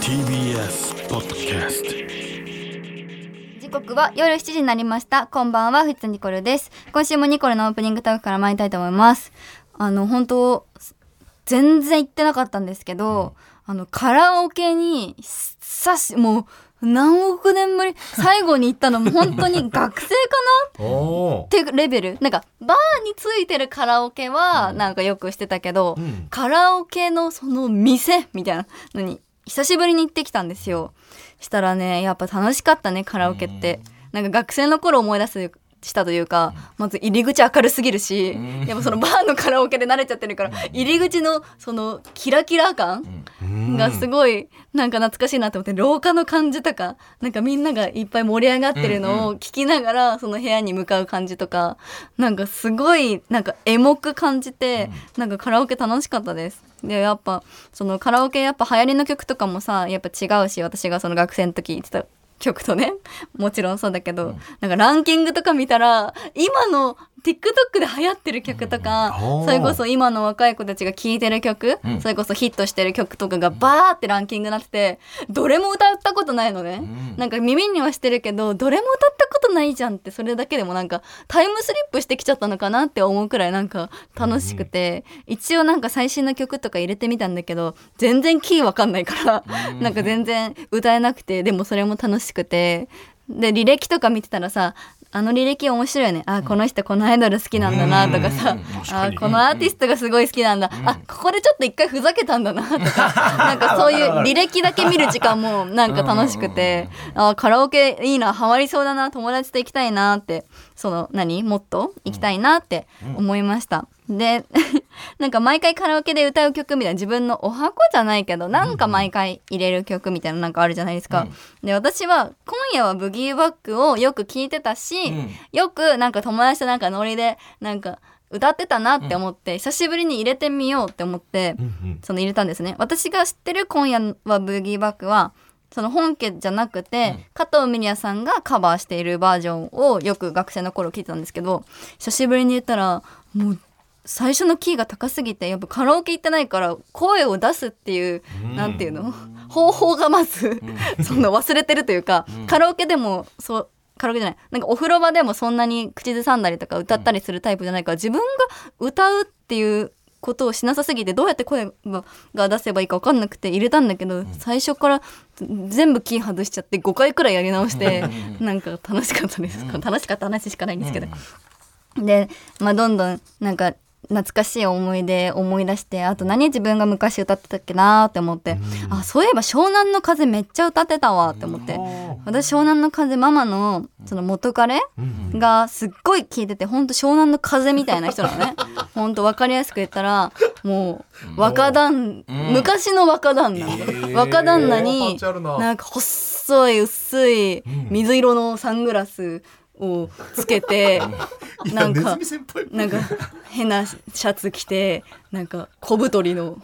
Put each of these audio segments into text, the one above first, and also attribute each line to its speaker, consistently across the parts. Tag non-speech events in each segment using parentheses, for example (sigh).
Speaker 1: TBS ポッドキャスト
Speaker 2: 時刻は夜7時になりましたこんばんはフッツニコルです今週もニコルのオープニングトークから参りたいと思いますあの本当全然行ってなかったんですけど、あのカラオケに久しもう何億年ぶり最後に行ったのも本当 (laughs) に学生かな
Speaker 3: おお
Speaker 2: ってレベルなんかバーについてるカラオケはなんかよくしてたけど、
Speaker 3: ん
Speaker 2: カラオケのその店みたいなのに久しぶりに行ってきたんですよしたらねやっぱ楽しかったねカラオケってなんか学生の頃思い出すしたというかまず入り口明るすぎるしやっぱそのバーのカラオケで慣れちゃってるから入り口のそのキラキラ感、がすごいなんか懐かしいなと思って廊下の感じとかなんかみんながいっぱい盛り上がってるのを聞きながらその部屋に向かう感じとかなんかすごいなんかエモく感じてなんかカラオケ楽しかったです。でやっぱそのカラオケやっぱ流行りの曲とかもさやっぱ違うし私がその学生の時言ってた曲とね (laughs) もちろんそうだけど、なんかランキングとか見たら今の TikTok で流行ってる曲とか、
Speaker 3: うん
Speaker 2: それこそ今の若い子たちが聴いてる曲、
Speaker 3: うん
Speaker 2: それこそヒットしてる曲とかがバーってランキングになっててどれも歌ったことないのね、
Speaker 3: うん
Speaker 2: なんか耳にはしてるけどどれも歌ったことないじゃんってそれだけでもなんかタイムスリップしてきちゃったのかなって思うくらいなんか楽しくて、一応なんか最新の曲とか入れてみたんだけど全然キーわかんないから、なんか全然歌えなくてでもそれも楽しくてで履歴とか見てたらさあの履歴面白いよねあこの人このアイドル好きなんだなとかさ、
Speaker 3: うんうん確
Speaker 2: あ
Speaker 3: かに
Speaker 2: このアーティストがすごい好きなんだ、あここでちょっと一回ふざけたんだな
Speaker 3: (laughs)
Speaker 2: とかなんかそういう履歴だけ見る時間もなんか楽しくて、あカラオケいいなハマりそうだな友達と行きたいなってその何もっと行きたいなって思いました。で (laughs) なんか毎回カラオケで歌う曲みたいな自分のお箱じゃないけどなんか毎回入れる曲みたいななんかあるじゃないですか。で私は「今夜はブギーバック」をよく聞いてたし、
Speaker 3: ん
Speaker 2: よくなんか友達となんかノリでなんか歌ってたなって思って、久しぶりに入れてみようって思って、その入れたんですね私が知ってる「今夜はブギーバックは」その本家じゃなくて、加藤ミリヤさんがカバーしているバージョンをよく学生の頃聞いてたんですけど久しぶりに言ったらもう最初のキーが高すぎてやっぱカラオケ行ってないから声を出すっていう、なんていうの (laughs) 方法がまず、 (laughs) その忘れてるというか、カラオケでもそうカラオケじゃないなんかお風呂場でもそんなに口ずさんだりとか歌ったりするタイプじゃないから、自分が歌うっていうことをしなさすぎてどうやって声がが出せばいいか分かんなくて入れたんだけど、最初から全部キー外しちゃって5回くらいやり直してなんか楽しかったです、楽しかった話しかないんですけど、で、まあ、どんどんなんか懐かしい思い出思い出してあと何自分が昔歌ってたっけなーって思って、あそういえば「湘南の風」めっちゃ歌ってたわって思って、私湘南の風ママのその元カレがすっごい聞いてて本当湘南の風みたいな人なのね
Speaker 4: (laughs)
Speaker 2: 本当分かりやすく言ったらもう若旦、昔の若旦那、若旦那
Speaker 4: パ
Speaker 2: に
Speaker 4: ンチあるな
Speaker 2: なんか細い薄い水色のサングラスをつけて、なん
Speaker 4: ネズ
Speaker 2: か
Speaker 4: ミ先輩っぽい
Speaker 2: なんか変なシャツ着てなんか小太りの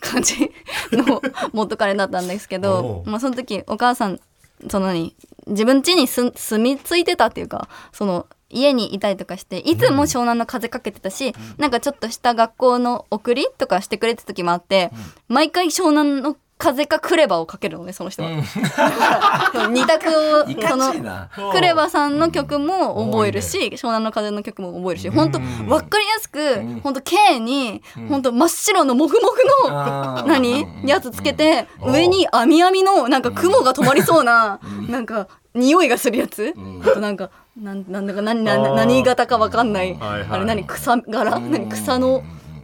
Speaker 2: 感じの元彼だったんですけど、まあ、その時お母さんその何自分家に住住み着いてたっていうかその家にいたりとかしていつも湘南の風かけてたし、なんかちょっとした学校の送りとかしてくれてた時もあって、毎回湘南の風かクレバをかけるのねその人は。 (laughs) 二択を
Speaker 3: い
Speaker 2: そ
Speaker 3: か
Speaker 2: の
Speaker 3: ちいな
Speaker 2: クレバさんの曲も覚えるし、湘南の風の曲も覚えるし、本当わかりやすく、本当 K に、本当真っ白のモフモフ
Speaker 3: あ
Speaker 2: の、
Speaker 3: ー
Speaker 2: 何
Speaker 3: うん
Speaker 2: やつつけて、上に網網の、なんか雲が止まりそうな、なんか、匂いがするやつ、あとなんか、なん、なんだか、何、何、何型かわかんない。
Speaker 4: はいはい
Speaker 2: あれ何草柄何草の、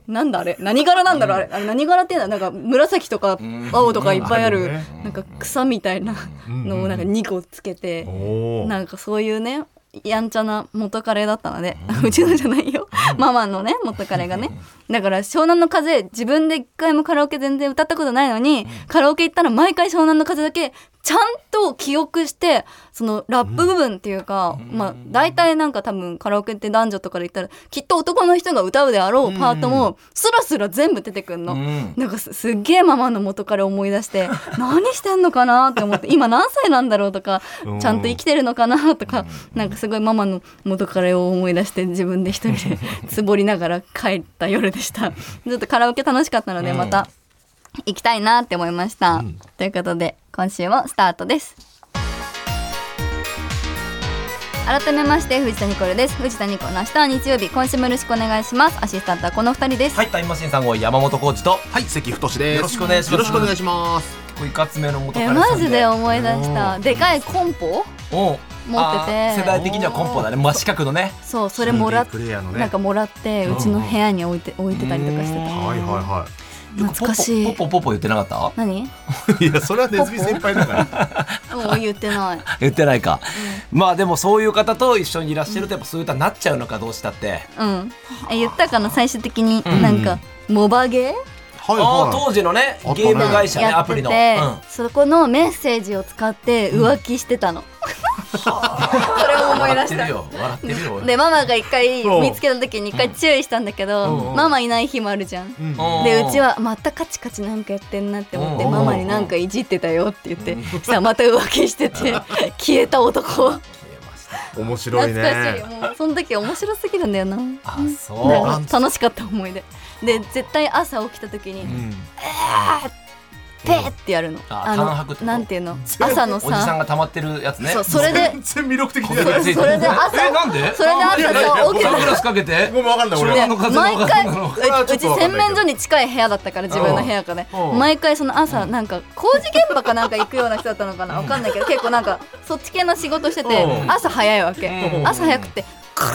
Speaker 2: なんだあれ何柄なんだろうあれあれ何柄っていうのはなんか紫とか青とかいっぱいあ
Speaker 4: うんあ
Speaker 2: る
Speaker 4: るよ
Speaker 2: なんか草みたいなのをなんか2個つけて
Speaker 4: おー
Speaker 2: なんかそういうねやんちゃな元カレだったので、 (laughs) うちのじゃないよ、ママのね元カレがねだから湘南の風自分で一回もカラオケ全然歌ったことないのに、カラオケ行ったら毎回湘南の風だけちゃんと記憶してそのラップ部分っていうか、まあ大体なんか多分カラオケって男女とかで言ったらきっと男の人が歌うであろうパートもスラスラ全部出てくんの、
Speaker 3: うん
Speaker 2: なんかすすっげえママの元から思い出して
Speaker 3: (laughs)
Speaker 2: 何してんのかなって思って今何歳なんだろうとかちゃんと生きてるのかなとかなんかすごいママの元からを思い出して自分で一
Speaker 3: (laughs)
Speaker 2: 人でつぼりながら帰った夜でしたちょっとカラオケ楽しかったのでまた行きたいなって思いました、
Speaker 3: うん
Speaker 2: ということで今週もスタートです改めまして藤田ニコルです藤田ニコルの明日は日曜日今週もよろしくお願いしますアシスタントはこの二人です、
Speaker 3: はい、タイムマシーン3号山本浩二と
Speaker 5: はい、関太です。
Speaker 3: よろしくお願いします
Speaker 5: よろしくお願いします。
Speaker 3: いかつめの元
Speaker 2: え
Speaker 3: 彼さんで
Speaker 2: マジで思い出したでかいコンポ
Speaker 3: おう
Speaker 2: 持ってて
Speaker 3: あー世代的にはコンポだね真四角のね
Speaker 2: そうそれもらっ
Speaker 5: プレイヤーのね。
Speaker 2: なんかもらってうちの部屋に置いて置いてたりとかして
Speaker 3: う
Speaker 2: た
Speaker 3: ん
Speaker 5: はいは
Speaker 2: 懐かしい
Speaker 3: ポッポポッポポッポ言ってなかった
Speaker 2: 何
Speaker 5: (laughs) いはい。いや、それはネズミ先輩だから。
Speaker 2: もう言ってない (laughs)
Speaker 3: 言ってないか、まあでもそういう方と一緒にいらっしゃるとやっぱそういう歌になっちゃうのかどうしたって、
Speaker 2: うんえ言ったかな最終的になんか、モバゲ
Speaker 5: は
Speaker 2: ー
Speaker 5: い
Speaker 3: あー
Speaker 5: は
Speaker 3: 当時のね
Speaker 5: あったね
Speaker 3: ゲーム会社ね
Speaker 2: や
Speaker 3: ア
Speaker 2: っ
Speaker 3: プ
Speaker 2: て
Speaker 3: リの、
Speaker 2: て、
Speaker 3: うん
Speaker 2: そこのメッセージを使って浮気して
Speaker 3: (laughs)
Speaker 2: たの、それを思い
Speaker 3: 笑
Speaker 2: 出
Speaker 3: っ
Speaker 2: して
Speaker 3: る
Speaker 2: た
Speaker 3: よ笑ってるよ
Speaker 2: でママが一回
Speaker 5: うん
Speaker 2: 見つけた時に一回注意したんだけど、
Speaker 3: うん
Speaker 2: ママいない日もあるじゃん、
Speaker 5: い。うん
Speaker 3: うん
Speaker 2: でうちはまたカチカチなんかやってんなって思って、
Speaker 3: うん
Speaker 2: ママになんかいじってたよって言って、さあまた浮気してて消えた男
Speaker 3: 消えました
Speaker 5: 面白い
Speaker 2: 懐かしい
Speaker 5: ね。
Speaker 2: もうその時面白すぎるんだよな
Speaker 3: あ
Speaker 2: なん
Speaker 3: そう
Speaker 2: か楽しかった思い出で絶対朝起きた時に、
Speaker 5: うん
Speaker 2: ペーってやるの
Speaker 3: あ短白ってこと
Speaker 2: なんていうの朝の
Speaker 3: おじさん
Speaker 2: さ
Speaker 3: が溜まってるやつね
Speaker 2: そうそれで
Speaker 5: 全然魅力的
Speaker 3: こ
Speaker 5: じゃ
Speaker 3: び
Speaker 5: な
Speaker 3: り
Speaker 5: い
Speaker 3: ついてる
Speaker 2: それで朝
Speaker 3: えなんで
Speaker 2: それで朝
Speaker 3: なん
Speaker 2: そう起きた
Speaker 3: サングラスかけて
Speaker 5: ごめん、わかんない、俺
Speaker 3: そ
Speaker 5: は。
Speaker 3: う風の
Speaker 2: 毎
Speaker 3: 風
Speaker 2: 回
Speaker 3: の
Speaker 2: う
Speaker 3: 風
Speaker 5: の
Speaker 2: うち洗面所に近い部屋だったから自分の部屋からね
Speaker 5: うん
Speaker 2: 毎回その朝なんか工事現場かなんか行くような人だったのかなわかんないけど結構なんかそっち系の仕事してて
Speaker 3: うん
Speaker 2: 朝早いわけ
Speaker 3: うん
Speaker 2: 朝早くてカ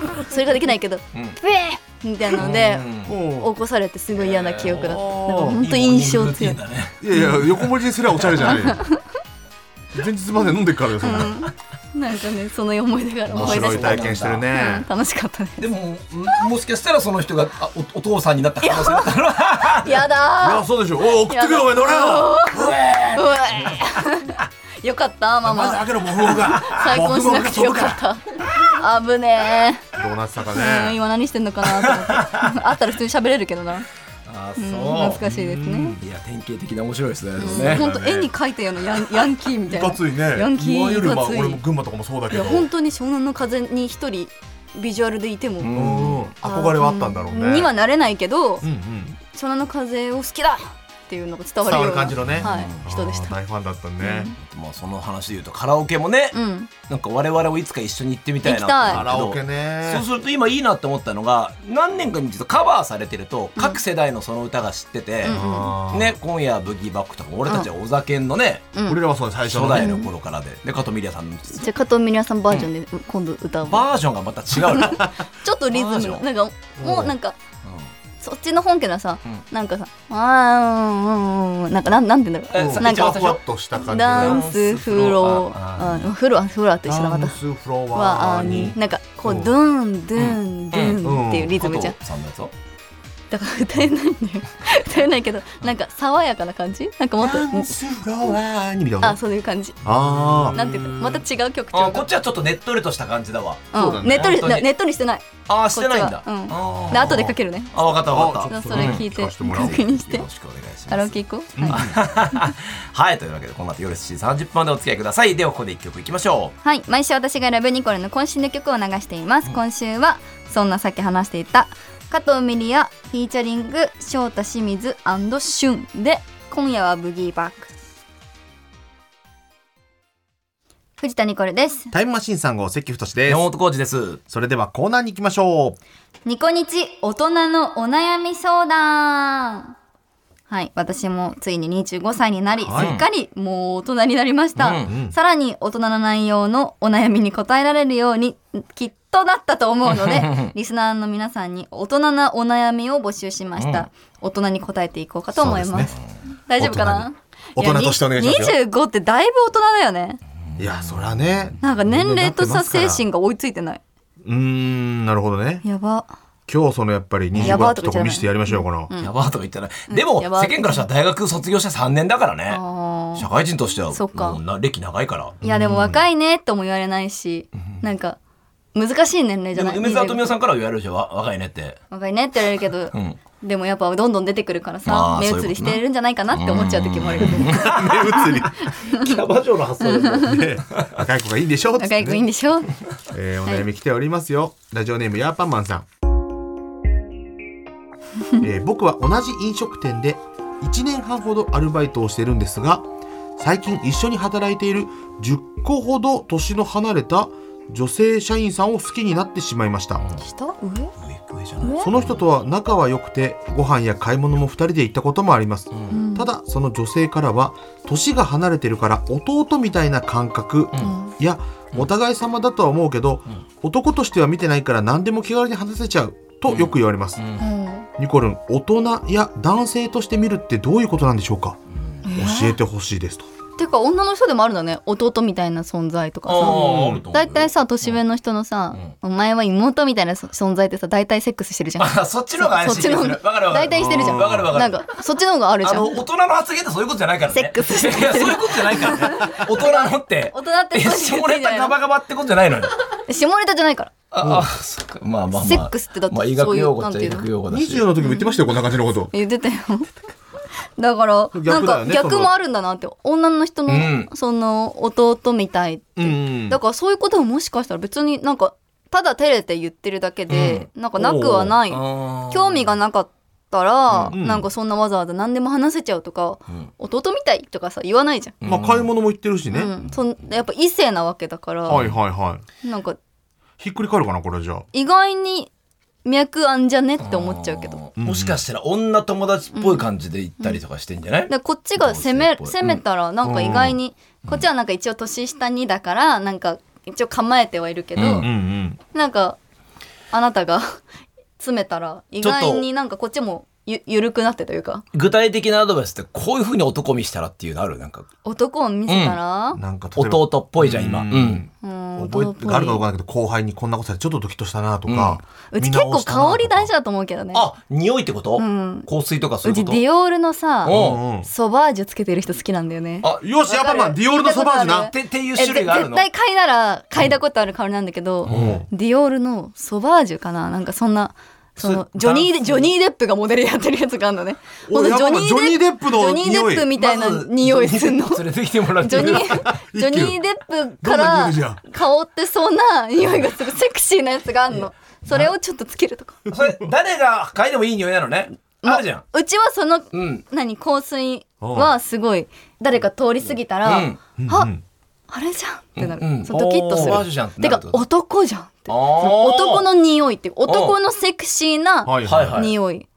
Speaker 2: ーそれができないけど
Speaker 3: うん
Speaker 2: ペーみたいなので
Speaker 3: うん
Speaker 5: お
Speaker 2: 起こされてすごい嫌な記憶だっただから
Speaker 5: お
Speaker 2: 本当印象強い
Speaker 3: いいモーニングルーティンだね
Speaker 5: いやいや、横文字にすりゃおしゃれじ
Speaker 2: (laughs)
Speaker 5: ゃないよ。前日まで飲んでっからよ、そんな。
Speaker 2: なんかねその思い出から
Speaker 5: 面
Speaker 2: 思い出
Speaker 5: 白
Speaker 2: し
Speaker 5: い
Speaker 2: た
Speaker 5: 体験してるね。
Speaker 2: 楽しかったね
Speaker 3: でもんもしかしたらその人があおお父さんになった可能性がある
Speaker 2: や
Speaker 5: い
Speaker 2: だ
Speaker 5: や、そうでしょ。おい送ってくよ、お前、乗れよ。
Speaker 2: ーうえよかったマ
Speaker 5: マジ
Speaker 2: マ
Speaker 5: 開けろ、もう僕が。
Speaker 2: (laughs) 再婚しなくてよかった危ね
Speaker 5: ドーナツ坂
Speaker 2: え、うん、
Speaker 5: ね。
Speaker 2: 今何してんのかなと思ってあったら普通に喋れるけどな、
Speaker 3: あ
Speaker 2: うん、
Speaker 3: そう
Speaker 2: 懐かしいですね
Speaker 3: いや典型的な面白いですねでも
Speaker 2: 本
Speaker 3: ね
Speaker 2: 当、ほんと絵に描いたようなヤンヤンキーみた
Speaker 5: い
Speaker 2: いな
Speaker 5: かついね。
Speaker 2: ヤンキー
Speaker 5: いわゆる、まあ、
Speaker 2: いかつい
Speaker 5: 俺も群馬とかもそうだ
Speaker 2: い
Speaker 5: け
Speaker 2: や
Speaker 5: ど。
Speaker 2: 本当に湘南の風に一人ビジュアルでいても、
Speaker 3: ん
Speaker 5: うん憧れはあったんだろうね。
Speaker 2: にはなれないけど、
Speaker 5: うんうん。
Speaker 2: 湘南の風を好きだっていうのが伝わる
Speaker 5: 伝
Speaker 2: よう
Speaker 5: わ
Speaker 2: な
Speaker 5: る感じのね。
Speaker 2: はい人でし
Speaker 5: あー
Speaker 2: た
Speaker 5: 大ファンだったね。
Speaker 3: まあその話で言うとカラオケもね
Speaker 2: うん
Speaker 3: なんか我々をいつか一緒に行ってみたいな
Speaker 2: 行きたい
Speaker 5: カラオケね。
Speaker 3: そうすると今いいなって思ったのが何年かに実はカバーされてると各世代のその歌が知ってて、
Speaker 2: うん
Speaker 5: あー。
Speaker 3: ね、今夜はブギーバックとか俺たちはお酒のね、
Speaker 2: うん
Speaker 5: 俺らはそう最初
Speaker 3: 初
Speaker 5: の
Speaker 3: 代
Speaker 5: ね。
Speaker 3: の頃からでで加藤ミリアさんの
Speaker 2: じゃあ加藤ミリアさんバージョンでう今度歌うわ
Speaker 3: バージョンがまた違
Speaker 2: (laughs)
Speaker 3: うの、
Speaker 2: ちょっとリズム
Speaker 3: バ
Speaker 2: の
Speaker 3: ージョ
Speaker 2: なんかもうなんかそっちの本家のさ、
Speaker 3: う
Speaker 2: なんかさ、あーうんうんうん、なんかなんなんて言うんだろ
Speaker 3: え
Speaker 2: う、
Speaker 3: さ
Speaker 2: なん
Speaker 5: ふわ
Speaker 2: か
Speaker 3: 一番
Speaker 5: ふわっとした感じ
Speaker 2: ダ
Speaker 5: の
Speaker 2: ン
Speaker 5: ね。
Speaker 2: スフロア、あフロアフロアって一緒だま
Speaker 5: ダ
Speaker 2: た
Speaker 5: ン。スフロ
Speaker 2: は
Speaker 5: ア
Speaker 2: あに
Speaker 5: に。
Speaker 2: なんかこう
Speaker 5: うん
Speaker 2: ドゥンドゥンドゥンっていうリズムじゃん
Speaker 3: 加藤さんのやつを
Speaker 2: だから歌えないんだよ (laughs) 歌えないけどなんか爽やかな感じなんかもっと
Speaker 5: ダンスフロアにみたいな
Speaker 2: あ
Speaker 5: こと。
Speaker 2: そういう感じ
Speaker 5: あー
Speaker 2: なんていうのまた違う曲調
Speaker 3: あこっ
Speaker 2: が
Speaker 3: ちはちょっとねっとりとした感じだわ
Speaker 5: そうだ
Speaker 2: うん
Speaker 5: ね
Speaker 2: ねっとり
Speaker 3: 本当に
Speaker 2: ねっとりしてない
Speaker 3: あーしてないん
Speaker 2: こ
Speaker 3: だ、
Speaker 2: っちはうん
Speaker 3: あ
Speaker 2: で
Speaker 3: ー
Speaker 2: 後でかけるね
Speaker 3: あ分かった分かっ
Speaker 5: あ
Speaker 3: た
Speaker 5: ちょっと
Speaker 2: それ聞いて
Speaker 5: うん聞かせてもらおう
Speaker 2: 確認して
Speaker 3: よろしくお願いします
Speaker 2: カラオケ行こうはい
Speaker 3: (laughs) はいというわけでこの後夜7時30分までお付き合いくださいではここで一曲いきましょう
Speaker 2: はい毎週私が選ぶニコルの渾身の曲を流しています、今週はそんなさっき話していた加藤ミリアフィーチャリング翔太清水シュンで今夜はブギーバック藤田ニコルです
Speaker 5: タイムマシーン3号関太志です
Speaker 3: 山。本浩二です
Speaker 5: それではコーナーに行きましょう。
Speaker 2: ニコニチ大人のお悩み相談はい私もついに25歳になり、
Speaker 5: はい
Speaker 2: すっかりもう大人になりました、
Speaker 3: うん
Speaker 5: うん
Speaker 2: さらに大人の内容のお悩みに答えられるようにきっとなったと思う
Speaker 5: (laughs)
Speaker 2: のでリスナーの皆さんに大人なお悩みを募集しました、大人に答えていこうかと思います
Speaker 5: そう
Speaker 2: 大丈夫かな
Speaker 5: 大人に大人としてお願いしますよ
Speaker 2: やに25ってだいぶ大人だよね
Speaker 5: いや、そりゃね。
Speaker 2: なんか年齢とさ
Speaker 5: みんななってま
Speaker 2: 精
Speaker 5: すから
Speaker 2: 神が追いついてないう
Speaker 5: ーん、なるほどね。
Speaker 2: やば
Speaker 5: 今日そのやっぱり
Speaker 2: や
Speaker 5: 25
Speaker 2: ば
Speaker 5: 番
Speaker 2: ーと
Speaker 5: と
Speaker 2: かじゃ
Speaker 5: こ
Speaker 2: ない
Speaker 5: 見せてやりましょうかな。
Speaker 3: やばーとか言ったら、でも
Speaker 2: や
Speaker 3: 世
Speaker 2: ばー
Speaker 3: 間からしたら大学卒業して3年だからね
Speaker 2: あー
Speaker 3: 社会人としては
Speaker 2: そっか
Speaker 3: もうな歴長いから
Speaker 2: いやでも若いねとも言われないし、なんか難しい年齢じ
Speaker 3: で
Speaker 2: ゃ
Speaker 3: も
Speaker 2: ない
Speaker 3: 梅沢富美
Speaker 2: 25
Speaker 3: 男さんからは言われるでしょわ若いねって
Speaker 2: 若いねって言われるけど、
Speaker 3: ん
Speaker 2: でもやっぱどんどん出てくるからさ
Speaker 3: あー
Speaker 2: 目移
Speaker 3: そういう
Speaker 2: り
Speaker 3: こ
Speaker 2: し
Speaker 3: とね
Speaker 2: てるんじゃないかなって思っちゃう時もあるけ
Speaker 5: (laughs)
Speaker 2: ど
Speaker 5: 目移り。
Speaker 3: キャバ嬢の発想だ
Speaker 5: ね若い子がいいんで
Speaker 2: (laughs)
Speaker 5: しょ
Speaker 2: 仲良くいいん
Speaker 5: で
Speaker 2: で
Speaker 3: (laughs)
Speaker 2: しょ
Speaker 5: えーお悩み来ておりますよ。ラジオネームヤーパン
Speaker 2: (laughs)
Speaker 5: マンさん。えー僕は同じ飲食店で1年半ほどアルバイトをしてるんですが最近一緒に働いている10個ほど年の離れた女性社員さんを好きになってしまいました
Speaker 2: 下上
Speaker 3: 上上じゃない
Speaker 5: その人とは仲は良くてご飯や買い物も2人で行ったこともあります、
Speaker 2: ん
Speaker 5: ただその女性からは年が離れてるから弟みたいな感覚、いやお互い様だとは思うけど、男としては見てないから何でも気軽に話せちゃうとよく言われます、
Speaker 2: うん
Speaker 5: ニコルン大人や男性として見るってどういうことなんでしょうか、教えてほしいですと
Speaker 2: ていうか女の人でもあるんだね弟みたいな存在とか
Speaker 3: あ
Speaker 2: さ
Speaker 3: ーあると思うよ
Speaker 2: 大体さ年上の人のさ、お前は妹みたいなそ存在ってさ大体セックスしてるじゃん
Speaker 3: あそっちの方が安心す
Speaker 2: そ
Speaker 3: る
Speaker 2: っ
Speaker 3: わ
Speaker 2: ちの
Speaker 3: かるわかる
Speaker 2: 大体してるじゃん
Speaker 3: わかるわか
Speaker 2: なん
Speaker 3: る
Speaker 2: かそっちの方があるじ
Speaker 3: あ
Speaker 2: ゃ
Speaker 3: の
Speaker 2: ん
Speaker 3: 大人の発言ってそういうことじゃないからね
Speaker 2: セックスしてる
Speaker 3: いやそういうことじゃないからね
Speaker 2: (laughs)
Speaker 3: 大人のって
Speaker 2: 大人って
Speaker 3: え
Speaker 2: そういう
Speaker 3: 下
Speaker 2: ことじ
Speaker 3: ネ
Speaker 2: ゃな
Speaker 3: タ
Speaker 2: い
Speaker 3: ガバガバってことじゃないのよ
Speaker 2: 下ネタじゃないから
Speaker 3: ああそっかまあまあまあ
Speaker 2: セックスってだって
Speaker 3: まあ医
Speaker 2: そ
Speaker 3: 学
Speaker 2: ういう
Speaker 3: 用語
Speaker 2: な
Speaker 3: っ
Speaker 2: ん
Speaker 3: ち
Speaker 2: て
Speaker 3: ゃ
Speaker 2: い
Speaker 3: 医
Speaker 2: うの
Speaker 3: 学用語だし
Speaker 4: 24の時も言ってましたよこんな感じのこと
Speaker 2: 言ってたよ (laughs) だから
Speaker 5: 逆だ
Speaker 2: な
Speaker 5: よ
Speaker 2: ん
Speaker 5: ね
Speaker 2: か逆
Speaker 5: そ
Speaker 2: も
Speaker 5: の
Speaker 2: あるんだなって女の人の、
Speaker 3: うん
Speaker 2: その弟みたい
Speaker 5: うん
Speaker 2: だからそういうことももしかしたら別になんかただ照れて言ってるだけで、なんかなくはない
Speaker 3: あー
Speaker 2: 興味がなかったら、
Speaker 5: うん
Speaker 2: なんかそんなわざわざ何でも話せちゃうとか、
Speaker 3: ん
Speaker 2: 弟みたいとかさ言わないじゃ
Speaker 5: まあ買い物も行ってるし
Speaker 2: ん、
Speaker 5: ね、
Speaker 2: うん、そんやっぱ異性なわけだから、
Speaker 5: はいはいはい
Speaker 2: なんか
Speaker 5: ひっくり返るかなこれじゃあ
Speaker 2: 意外に脈あんじゃねって思っちゃうけど。
Speaker 3: あーもしかしたら女友達っぽい感じで行ったりとかしてんじゃない、
Speaker 2: でこっちが攻め
Speaker 3: 同性っぽい
Speaker 2: 攻めたらなんか意外に、こっちはなんか一応年下にだからなんか一応構えてはいるけど、
Speaker 3: うん
Speaker 5: うんうん
Speaker 2: なんかあなたが (laughs) 詰めたら意
Speaker 3: ちょ
Speaker 2: 外
Speaker 3: っと
Speaker 2: になんかこっちもゆゆるくなってというか
Speaker 3: 具体的なアドバイスってこういうふうに男見したらっていうのあるなんか
Speaker 2: 男を見せたら、
Speaker 5: なんか例えば
Speaker 3: 弟っぽいじゃん今
Speaker 5: うん
Speaker 3: うん
Speaker 2: うん、
Speaker 5: 覚えてあるかどう
Speaker 2: か
Speaker 5: かだけど後輩にこんなことされてちょっとドキッとしたなとか、
Speaker 2: う
Speaker 5: 見
Speaker 2: ち結
Speaker 5: 直
Speaker 2: 構
Speaker 5: したなとか
Speaker 2: 香り大事だと思うけどね
Speaker 3: あ匂いってこと、
Speaker 2: うん
Speaker 3: 香水とかそううい
Speaker 2: ち
Speaker 3: うこ
Speaker 2: デ
Speaker 3: と
Speaker 2: ィオールのさ
Speaker 3: お
Speaker 5: うんうん
Speaker 2: ソバージュつけてる人好きなんだよね
Speaker 3: あ
Speaker 5: よし
Speaker 2: わ
Speaker 5: ア
Speaker 2: か
Speaker 5: パ
Speaker 2: る
Speaker 5: ンマンディオールのソバージュ
Speaker 2: 聞いたことあ
Speaker 5: な
Speaker 2: る
Speaker 3: てっていう
Speaker 2: え
Speaker 3: 種類
Speaker 2: ぜ
Speaker 3: がある
Speaker 2: 絶
Speaker 3: の
Speaker 2: 対嗅いだら嗅いだことある香りなんだけど、ディオールのソバージュかななんかそんなそのジョニー・
Speaker 3: ダンス
Speaker 2: ジョニー・デップがモデルやってるやつがあるのね
Speaker 5: お
Speaker 2: ほんと
Speaker 5: やばいジョニーデップの
Speaker 2: ジョニー・デップみたいな
Speaker 3: まず
Speaker 2: 匂いすんの、
Speaker 3: ジョニー (laughs) 連れてきてもらって
Speaker 2: ジョ
Speaker 3: いい
Speaker 2: ニ
Speaker 3: か
Speaker 2: ー、ジョニーデップ
Speaker 5: ど
Speaker 2: か
Speaker 5: んな匂
Speaker 2: ら
Speaker 5: いじゃん
Speaker 2: 香ってそうな匂いがするセクシーなやつがあるの。それをちょっとつけるとか。(laughs)
Speaker 3: それ誰が嗅いでもいい匂いなのねあるじゃん
Speaker 2: うちはその、
Speaker 3: うん
Speaker 2: 何、香水はすごい、誰か通り過ぎたら、
Speaker 3: うん
Speaker 2: あ、あれじゃんってなる。
Speaker 3: うん
Speaker 2: そうドキッとす
Speaker 3: おー
Speaker 2: る。
Speaker 3: バージュじゃんって
Speaker 2: て
Speaker 3: なる
Speaker 2: か
Speaker 3: って、こと
Speaker 2: 男じゃんって。そ
Speaker 3: あー
Speaker 2: の男の匂いっていう、男のセクシーな
Speaker 5: はい
Speaker 3: はいはい
Speaker 2: 匂い。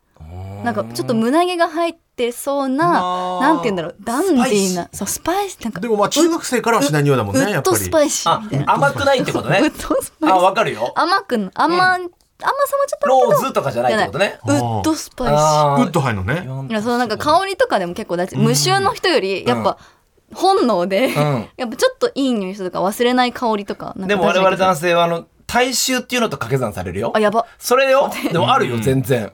Speaker 2: なんかちょっと胸毛が入ってそうな、
Speaker 3: あー
Speaker 2: なんて言うんだろう、ダンデ
Speaker 3: スパイ
Speaker 2: ィー
Speaker 3: シ
Speaker 2: な、そう、スパイス、なんか、
Speaker 5: でもまあ中学生からはしないようだもん
Speaker 2: ウ
Speaker 5: ねや
Speaker 2: ッ
Speaker 5: っぱ
Speaker 2: ド
Speaker 5: り
Speaker 2: スパイシーみたいな。
Speaker 3: あ甘くないってこと
Speaker 2: (laughs)
Speaker 3: ね
Speaker 2: ウッドスパイ
Speaker 3: あ
Speaker 2: ス。
Speaker 3: わかるよ
Speaker 2: 甘くん、甘、甘さもちょっと
Speaker 3: ローズとかじゃないってことね
Speaker 2: ウッドスパイシー。
Speaker 3: あ
Speaker 5: ウ
Speaker 3: ー
Speaker 5: ッド入るのね
Speaker 2: いや、そのなんか香りとかでも結構大事。無臭の人より、やっぱ、本能で、
Speaker 3: ん
Speaker 2: (laughs) やっぱちょっといい匂いするとか忘れない香りとかなんか
Speaker 3: でも我
Speaker 2: 大事だけど
Speaker 3: 々男性はあの大衆っていうのと掛け算されるよ
Speaker 2: あ、やば。
Speaker 3: それよでもあるよ全然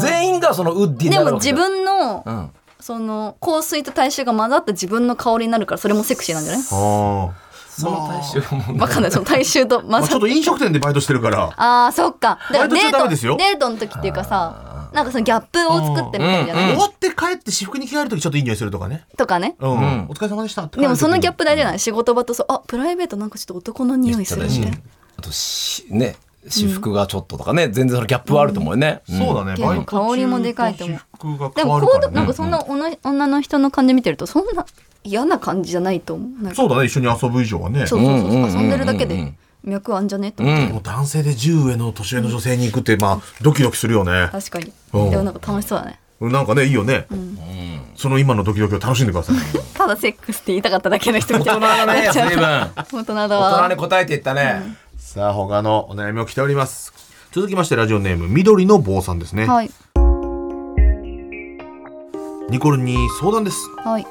Speaker 3: 全員がそのウッディ
Speaker 2: で
Speaker 3: になる
Speaker 2: も
Speaker 3: わけじ
Speaker 2: 自
Speaker 3: ゃん
Speaker 2: 分の、
Speaker 3: うん
Speaker 2: その、香水と体臭が混ざった自分の香りになるから、それもセクシーなんじゃない
Speaker 5: あ
Speaker 3: その大衆も
Speaker 2: わかんない、その体臭と混ざ
Speaker 5: あ、まあ、
Speaker 2: っ
Speaker 5: ちょっと飲食店でバイトしてるから
Speaker 2: あー、そっか。だから
Speaker 5: バイト
Speaker 2: デ
Speaker 5: 中
Speaker 2: ー
Speaker 5: ダ
Speaker 2: ト、
Speaker 5: メですよ
Speaker 2: デートの時っていうかさ、なんかそのギャップを作ってみたいじゃない、
Speaker 5: 終わって帰って私服に着替える時ちょっといい匂いするとかね
Speaker 2: とかね。
Speaker 5: うん、
Speaker 3: ん
Speaker 5: お疲れ様でしたって帰る時
Speaker 2: で
Speaker 5: に
Speaker 2: もそのギャップ大事じゃない仕事場とそうあプライベートなんかちょっと男の匂いするみたいな
Speaker 3: あとしね私服がちょっととかね全然そのギャップはあると思うよねうん
Speaker 5: そうだね
Speaker 2: 結構
Speaker 5: バイト中
Speaker 2: 香りもでかいと思う
Speaker 5: 私服が
Speaker 2: で
Speaker 5: 変
Speaker 2: も
Speaker 5: わる
Speaker 2: こ
Speaker 5: か
Speaker 2: う
Speaker 5: ら
Speaker 2: だ
Speaker 5: ね
Speaker 2: なんかそんな女女の人の感じ見てるとそんな嫌な感じじゃないと思うなんか
Speaker 5: そうだね一緒に遊ぶ以上はね
Speaker 2: そうそうそう
Speaker 3: うんうんうんうん
Speaker 2: 遊んでるだけで脈あんじゃねと思う
Speaker 5: でも男性で10上の年上の女性に行くってまあドキドキするよね
Speaker 2: 確かに
Speaker 5: うん
Speaker 2: でもなんか楽しそうだね
Speaker 5: なんかねいいよね、その今のドキドキを楽しんでください
Speaker 2: ただセックスって言いたかっただけの人みたい
Speaker 3: 大人
Speaker 2: (laughs)
Speaker 3: だね
Speaker 2: な
Speaker 3: 随分
Speaker 2: 大人だ
Speaker 3: 大人に
Speaker 2: わ
Speaker 3: 答えていったね
Speaker 5: (laughs) さあ他のお悩みを来ております続きましてラジオネーム緑の坊さんですね、
Speaker 2: はい
Speaker 5: ニコルに相談です
Speaker 2: はい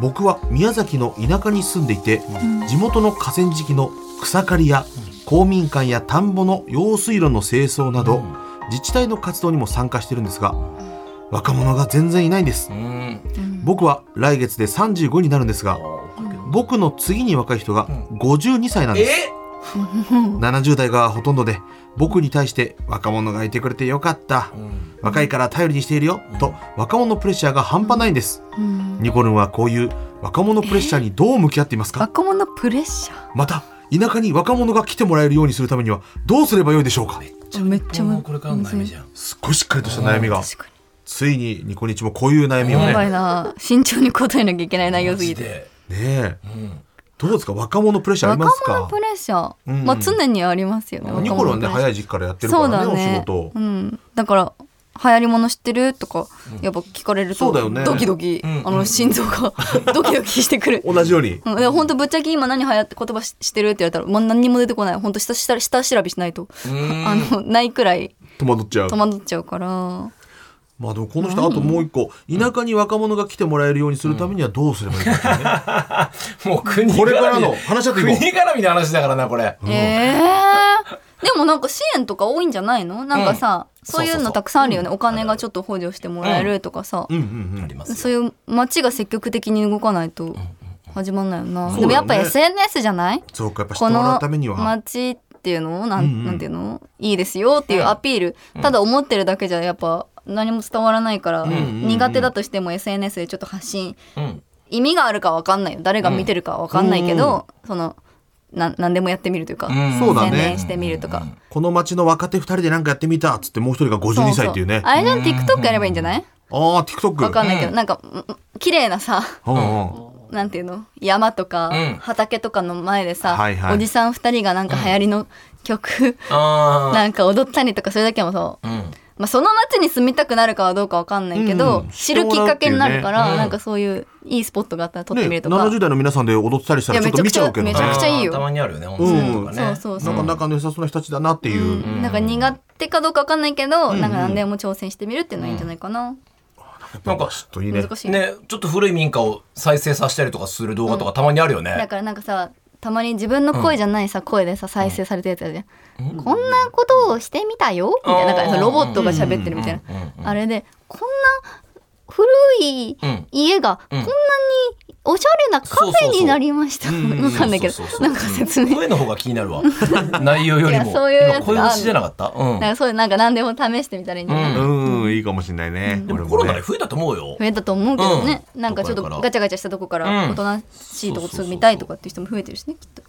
Speaker 5: 僕は宮崎の田舎に住んでいて、地元の河川敷の草刈りや公民館や田んぼの用水路の清掃など、自治体の活動にも参加してるんですが若者が全然いないんです、
Speaker 3: うん
Speaker 5: 僕は来月で35になるんですが僕の次に若い人が52歳なんです、
Speaker 3: え
Speaker 5: 70代がほとんどで僕に対して若者がいてくれてよかった、若いから頼りにしているよ、と若者プレッシャーが半端ないんです、ニコルンはこういう若者プレッシャーにどう向き合っていますか、
Speaker 2: 若者プレッシャ
Speaker 5: また田舎に若者が来てもらえるようにするためにはどうすればよいでしょうか
Speaker 2: ーめっちゃ
Speaker 3: も
Speaker 2: む
Speaker 3: うこれからの悩みじゃん
Speaker 5: すっごいしっかりとした悩みが
Speaker 2: 確かに
Speaker 5: ついにニコニチもこういう悩みを
Speaker 2: や
Speaker 5: ね
Speaker 2: ばいな慎重に答えなきゃいけない内容すぎて
Speaker 3: て。
Speaker 5: ねえ
Speaker 3: うん
Speaker 5: どうですか若者プレッシャーあり
Speaker 2: 若
Speaker 5: ます
Speaker 2: 者
Speaker 5: か
Speaker 2: プレッシャー、
Speaker 5: うんうん
Speaker 2: まあ常にありますよね
Speaker 5: ニコルはね
Speaker 2: 若者プレッシャー
Speaker 5: 早い時期からやってるからねお仕事を
Speaker 2: うん、だから流行り物知ってるとかやっぱ聞かれる
Speaker 5: そ
Speaker 2: と
Speaker 5: うだよね
Speaker 2: ドキドキ、
Speaker 3: うん
Speaker 2: あの心
Speaker 5: (laughs)
Speaker 2: 臓がドキドキしてくる。
Speaker 5: 同じように
Speaker 2: うん、でも本当ぶっちゃけ今何流行って言葉ししてるって言われたら、まあ、何にも出てこない本当下下下調べしないと、
Speaker 3: うん
Speaker 2: あのないくらい
Speaker 5: 戸惑っちゃう
Speaker 2: 戸惑っちゃうから
Speaker 5: まあでもこの人あともう一個田舎に若者が来てもらえるようにするためにはどうすればいいかっていうね
Speaker 3: もう国絡み
Speaker 5: これからの話し合っていこう
Speaker 3: 国絡みの話だからなこれ。
Speaker 2: え
Speaker 5: (laughs)
Speaker 2: ー、でもなんか支援とか多いんじゃないのなんかさ、
Speaker 3: うん
Speaker 2: そういう
Speaker 3: そうそうそ
Speaker 2: の
Speaker 3: う
Speaker 2: たくさんあるよね、お金がちょっと補助してもらえるとかさ、
Speaker 5: うんうんうん
Speaker 3: ありますよ
Speaker 2: そういう街が積極的に動かないと始まんないよ
Speaker 5: そうだ
Speaker 2: な、
Speaker 5: よね
Speaker 2: でもやっぱ SNS じゃない
Speaker 5: (laughs) そうかやっぱ知っ
Speaker 2: こ
Speaker 5: てもら
Speaker 2: の
Speaker 5: うためには
Speaker 2: 街っていうのをなん,、
Speaker 5: うんうん
Speaker 2: なんていうのいいですよっていうアピール、ただ思ってるだけじゃやっぱ何も伝わらないから、
Speaker 5: んうん
Speaker 2: 苦手だとしても SNS でちょっと発信
Speaker 3: うん。
Speaker 2: 意味があるかわかんないよ誰が見てるかわかんないけど、そのな何でもやってみるというか、
Speaker 3: うん
Speaker 5: そうだね
Speaker 2: 宣伝してみるとか、
Speaker 5: この町の若手2人で何かやってみたっつってもう一人が
Speaker 2: そう
Speaker 5: 52歳っていうね
Speaker 2: そうあれじゃん TikTok やればいいんじゃない
Speaker 5: ああ TikTok
Speaker 2: わかんないけど、
Speaker 3: う
Speaker 2: なんかん綺麗なさ
Speaker 5: うんうん
Speaker 2: なんていうの山とか
Speaker 3: うん
Speaker 2: 畑とかの前でさ、
Speaker 5: はいはい
Speaker 2: おじさん二人がなんか流行りの曲、
Speaker 3: あ
Speaker 2: なんか踊ったりとかそれだけもそう
Speaker 3: あ。うん。
Speaker 2: まあ、その街に住みたくなるかはどうかわかんないけど、
Speaker 5: うん
Speaker 2: 知るきっかけになるから、
Speaker 3: うん
Speaker 2: なんかそういういいスポットがあったら撮ってみ
Speaker 5: ね、
Speaker 2: るとか、
Speaker 5: 70代の皆さんで踊ってたりしたら
Speaker 2: い
Speaker 5: ちょっ
Speaker 2: や
Speaker 5: と見ちゃうけどね
Speaker 2: めちゃくちゃいいよ
Speaker 3: あーたまにあるよね。温泉と
Speaker 5: う
Speaker 3: か
Speaker 5: ん
Speaker 3: ね。
Speaker 2: そうそうそ
Speaker 5: な
Speaker 2: うん
Speaker 5: か仲の良さそうな人たちだなっていう、
Speaker 2: うんなんか苦手かどうかわかんないけど、なんか何でも挑戦してみるっていうのはいいんじゃないかな、
Speaker 3: なん
Speaker 5: ち
Speaker 3: か
Speaker 5: ょっといいね
Speaker 2: 難しい、
Speaker 3: ねちょっと古い民家を再生させたりとかする動画とかたまにあるよ
Speaker 2: だ
Speaker 3: ね。
Speaker 2: からなんかさたまに自分の声じゃないさ、声でさ再生されたやつあるじゃん、こんなことをしてみたよみたいななんかそのロボットが喋ってるみたいな、
Speaker 3: うんうんうん
Speaker 2: あれでこんな古い
Speaker 3: うん
Speaker 2: 家がこんなにおしゃれなカフェになりました、
Speaker 5: そうそうそう
Speaker 2: わかんないけど
Speaker 3: そうそうそ
Speaker 2: な
Speaker 3: う
Speaker 2: んか説明
Speaker 3: 声の方が気になるわ。 (laughs) 内容より
Speaker 2: いや
Speaker 3: も。
Speaker 2: そういうやつ
Speaker 3: 今声推しじゃなかった。うん。
Speaker 2: なんかそういうなんか何でも試してみたらいいんじゃない、
Speaker 3: う
Speaker 5: うん、いいかもしれないね、
Speaker 3: で
Speaker 5: 俺
Speaker 3: も
Speaker 5: も
Speaker 3: コロナで
Speaker 5: ね
Speaker 3: 増えたと思うよ
Speaker 2: 増。えたと思うけどね、
Speaker 3: うん
Speaker 2: なんかちょっと
Speaker 3: ところから
Speaker 2: ガチャガチャしたとこから
Speaker 3: うん
Speaker 2: おとなしいとこ
Speaker 3: そうそうそう
Speaker 2: 住
Speaker 3: そう
Speaker 2: みたいとかっていう人も増えてるしねきっと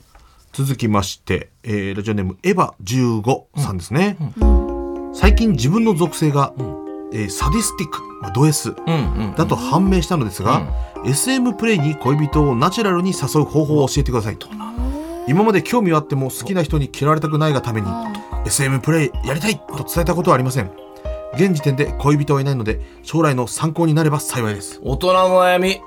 Speaker 5: 続きまして、えーラジオネームエヴァ15さんですね、最近自分の属性が、えーサディスティック、まあ、ド S
Speaker 3: うんうん。
Speaker 5: だと判明したのですが、SM プレイに恋人をナチュラルに誘う方法を教えてくださいと今まで興味はあっても好きな人に嫌われたくないがために SM プレイやりたいと伝えたことはありません現時点で恋人はいないので将来の参考になれば幸いです
Speaker 3: 大人の悩み。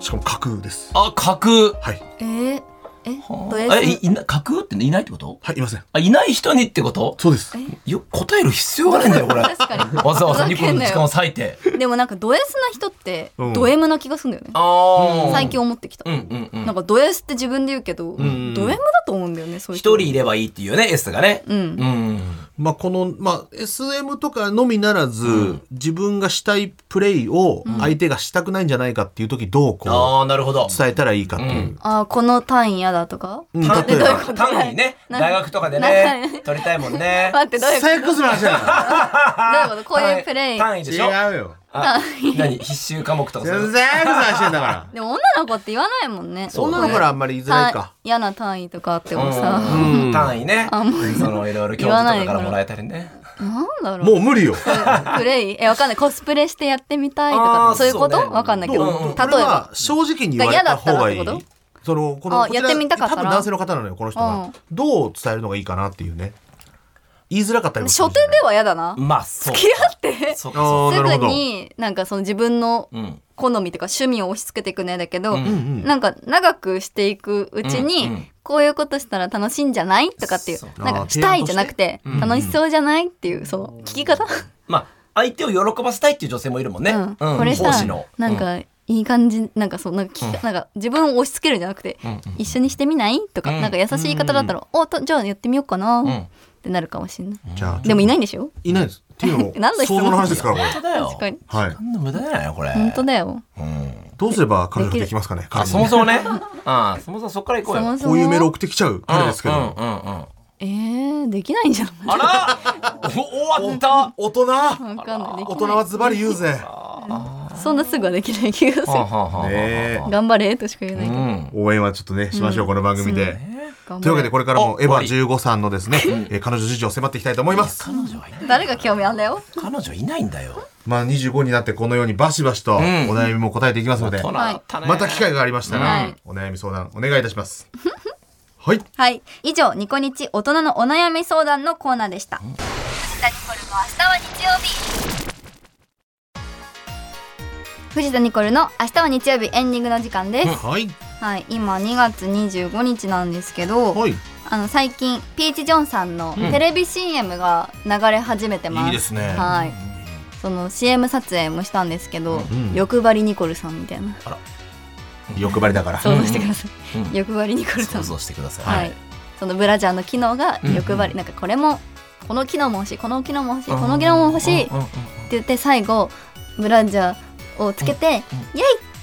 Speaker 5: しかも架空です
Speaker 3: あ、架空。
Speaker 5: はい
Speaker 2: えー、えド
Speaker 3: え、い
Speaker 2: S
Speaker 3: いな架空っていないってこと
Speaker 5: はいいません
Speaker 3: あ、いない人にってこと
Speaker 5: そうです
Speaker 3: よ、答える必要がないんだ
Speaker 2: (laughs)
Speaker 3: よ、これ。わ
Speaker 2: 確かに
Speaker 3: ざわざニコ
Speaker 2: ふざけ
Speaker 3: ルの
Speaker 2: んなよ
Speaker 3: 時間を割いて。 (laughs)
Speaker 2: でもなんかド S な人って
Speaker 5: うん
Speaker 2: ド M な気がするんだよね、
Speaker 3: ああ。
Speaker 2: 最近。思ってきた、
Speaker 3: うんうんうん。
Speaker 2: なんかド S って自分で言うけど、
Speaker 5: ん
Speaker 2: ド M だと思うんだよねそういう
Speaker 3: 一人いればいいっていうね、S がね。
Speaker 2: うん
Speaker 3: うん。
Speaker 5: まあこの、まあ、SM とかのみならず、自分がしたいプレイを相手がしたくないんじゃないかっていう時どうこ
Speaker 3: ああ、なるほ
Speaker 5: う。
Speaker 3: ど
Speaker 5: 伝えたらいいかっていう、
Speaker 2: ああこの単位嫌だとか、
Speaker 5: うん
Speaker 3: 単
Speaker 5: 例えば
Speaker 2: こと
Speaker 3: 単位ね、
Speaker 2: な
Speaker 3: 大学とかで
Speaker 2: な
Speaker 3: ね、取りたいもんね。
Speaker 2: 待ってどういうこと
Speaker 5: 最悪する話だか
Speaker 2: どう (laughs) いうことこういうプレイ
Speaker 3: 単位単位でしょ
Speaker 5: ら違うよ
Speaker 3: あ何必修科目とかそ
Speaker 5: 最悪
Speaker 3: ういう
Speaker 5: する話してんだから
Speaker 2: でも女の子って言わないもんね
Speaker 3: う
Speaker 5: 女の子らあんまり言いづらいか
Speaker 2: 単嫌な単位とかあってもさ、
Speaker 3: うん単位ね
Speaker 2: あんま
Speaker 3: そのいろいろ教授とかからもらえたりね
Speaker 2: なんだろ
Speaker 5: もう
Speaker 2: う
Speaker 5: 無理よ
Speaker 2: プレイ (laughs) えわかんないコスプレしてやってみたいとか
Speaker 3: あー
Speaker 2: そういうこと
Speaker 3: そうね
Speaker 2: わかんないけど、
Speaker 3: うんうんうん
Speaker 2: 例え
Speaker 5: これ
Speaker 2: ば
Speaker 5: は正直に言われた方がいい
Speaker 2: だから嫌だったらって
Speaker 5: そのこの
Speaker 2: あ
Speaker 5: こちら
Speaker 2: やってみたかったら
Speaker 5: 多分男性の方なのよこの人
Speaker 2: う
Speaker 5: が
Speaker 2: ん
Speaker 5: どう伝えるのがいいかなっていうね言いづらかったりもする
Speaker 2: 初手では嫌だな
Speaker 3: まあそう
Speaker 2: 付き合って
Speaker 3: そう
Speaker 5: あ
Speaker 3: かそ
Speaker 5: ーなる
Speaker 2: すぐ
Speaker 5: ほど
Speaker 2: になんかその自分の
Speaker 3: ううん
Speaker 2: 好みとか趣味を押し付けていくねだけど、
Speaker 3: うん
Speaker 5: うん
Speaker 2: なんか長くしていくうちに、
Speaker 3: うんうん
Speaker 2: こういうことしたら楽しいんじゃないとかっていう
Speaker 3: そう
Speaker 2: なん
Speaker 5: あ
Speaker 2: か
Speaker 5: ー
Speaker 2: したいじゃなくて
Speaker 3: 提案と
Speaker 2: 楽
Speaker 3: して
Speaker 2: しそうじゃないっていうその聞き方、
Speaker 3: まあ相手を喜ばせたいっていう女性もいるもんね
Speaker 2: うんこれした
Speaker 3: 講師
Speaker 2: ら
Speaker 3: の
Speaker 2: なんかいい感じなんかそうなんか聞き、なんか自分を押し付けるんじゃなくて、一緒にしてみないとか、
Speaker 3: うん
Speaker 2: なんか優しい言い方だったら、おとじゃあやってみようかな、
Speaker 3: うんう
Speaker 2: っ
Speaker 3: ん
Speaker 2: てなるかもしれない、
Speaker 5: じゃあ
Speaker 2: でもいないんでしょ
Speaker 5: いないですっていうのも
Speaker 2: (laughs) 何の質
Speaker 5: 想
Speaker 2: 問
Speaker 5: 像の話ですからこ
Speaker 2: (laughs)
Speaker 5: れ
Speaker 3: 本当だよ
Speaker 2: 確かに
Speaker 5: はい
Speaker 3: なんの無駄じゃないよこれ
Speaker 2: 本当だよ
Speaker 3: うん
Speaker 5: どうすれば彼女できますかね彼
Speaker 3: あ
Speaker 5: に
Speaker 3: そもそもねあーそもそもそっから行こ
Speaker 2: そう
Speaker 3: よ
Speaker 2: もそも
Speaker 5: こういうメール送ってきちゃう彼ですけ
Speaker 3: うん
Speaker 5: ど
Speaker 3: うんうん
Speaker 2: えー、できないんじゃない
Speaker 3: あらお終わった
Speaker 5: 大人
Speaker 2: わかんないできない
Speaker 5: 大人はズバリ言うぜ
Speaker 2: そんなすぐはできない気がする
Speaker 3: はあはあはあはあ
Speaker 5: ねえ
Speaker 2: 頑張れとしか言えな
Speaker 3: う
Speaker 2: いけど、
Speaker 3: ん
Speaker 5: 応援はちょっとねしましょうこの番組で
Speaker 2: 頑
Speaker 5: というわけで
Speaker 2: 張れ
Speaker 5: これからもエ
Speaker 3: あ
Speaker 5: ヴ
Speaker 3: 終
Speaker 5: ァ15さんのですね、えー彼女事情を迫っていきたいと思います。
Speaker 3: 彼女はいない
Speaker 2: 誰が興味あんだよ
Speaker 3: 彼女いないんだよ
Speaker 5: まあ25になってこのようにバシバシとお
Speaker 3: ん
Speaker 5: 悩みも答えていきますので、
Speaker 3: 大人だったね
Speaker 5: また機会がありました
Speaker 2: は
Speaker 5: ら
Speaker 2: い
Speaker 5: お悩み相談お願いいたします。はい。
Speaker 2: はい以上ニコニチ大人のお悩み相談のコーナーでしたニコルの明日は日曜日藤田ニコルの明日は日曜日エンディングの時間です、
Speaker 5: はい。
Speaker 2: はい今2月25日なんですけど、
Speaker 5: はい。い
Speaker 2: あの最近ピーチ・ジョンさんのテレビ CM が流れ始めてます、
Speaker 5: いですね。
Speaker 2: はいその CM 撮影もしたんですけど、
Speaker 5: ん
Speaker 2: 欲張りニコルさんみたいな
Speaker 5: 欲張りだから。
Speaker 2: 想像してください、
Speaker 3: うん
Speaker 2: 欲張りニコルさ
Speaker 3: 想
Speaker 2: ん
Speaker 3: 像してください、
Speaker 2: はい、そのブラジャーの機能が欲張り、なんかこれもこの機能も欲しいこの機能も欲しいこの機能も欲しいって
Speaker 3: うんうん
Speaker 2: 言って最後ブラジャーをつけて、イエイっ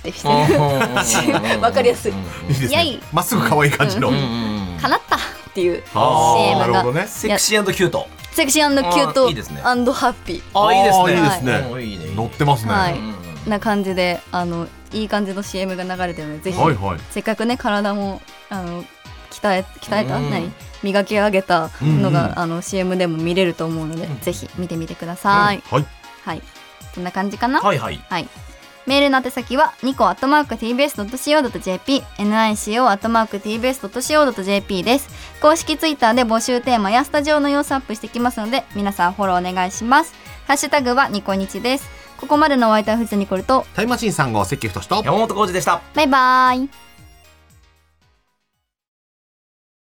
Speaker 2: てしてる
Speaker 3: うんうん
Speaker 2: わかりやすい
Speaker 3: うんうん
Speaker 5: (laughs) いいです
Speaker 2: イエイ
Speaker 5: ね。まっすぐ可愛い感じの。
Speaker 3: うんうんうん
Speaker 2: 叶ったっていう CM
Speaker 5: ああ、なるほど
Speaker 2: が
Speaker 5: ね。
Speaker 3: セクシーキュート
Speaker 2: セクシーキュー
Speaker 3: あ
Speaker 2: ト
Speaker 3: ーいいですね
Speaker 2: アンドハッピー
Speaker 5: あー
Speaker 3: あ
Speaker 5: いいです
Speaker 2: は
Speaker 5: ね
Speaker 3: もういいねいいね
Speaker 5: 乗ってますね。
Speaker 2: は
Speaker 5: はいい
Speaker 3: うんうん
Speaker 2: な感じであのいい感じの CM が流れてるのでぜひ、
Speaker 5: はい。
Speaker 2: せっかくね体もあの鍛え鍛えた、
Speaker 3: うん
Speaker 2: 何磨き上げたの
Speaker 5: う
Speaker 2: が、
Speaker 5: ん
Speaker 2: あの CM でも見れると思うので、
Speaker 3: うん
Speaker 2: ぜひ見てみてください、
Speaker 5: はい。
Speaker 2: はいこんな感じかな
Speaker 3: はいはい
Speaker 2: はい。メールの宛先はニコアットマーク tbs.co.jp nico アットマーク tbs.co.jp です公式ツイッターで募集テーマやスタジオの様子アップしてきますので皆さんフォローお願いしますハッシュタグはニコニチですここまでのお相手は藤田ニコルと
Speaker 5: タイムマシーン3号関太と
Speaker 3: 山本浩二でした
Speaker 2: バイバイ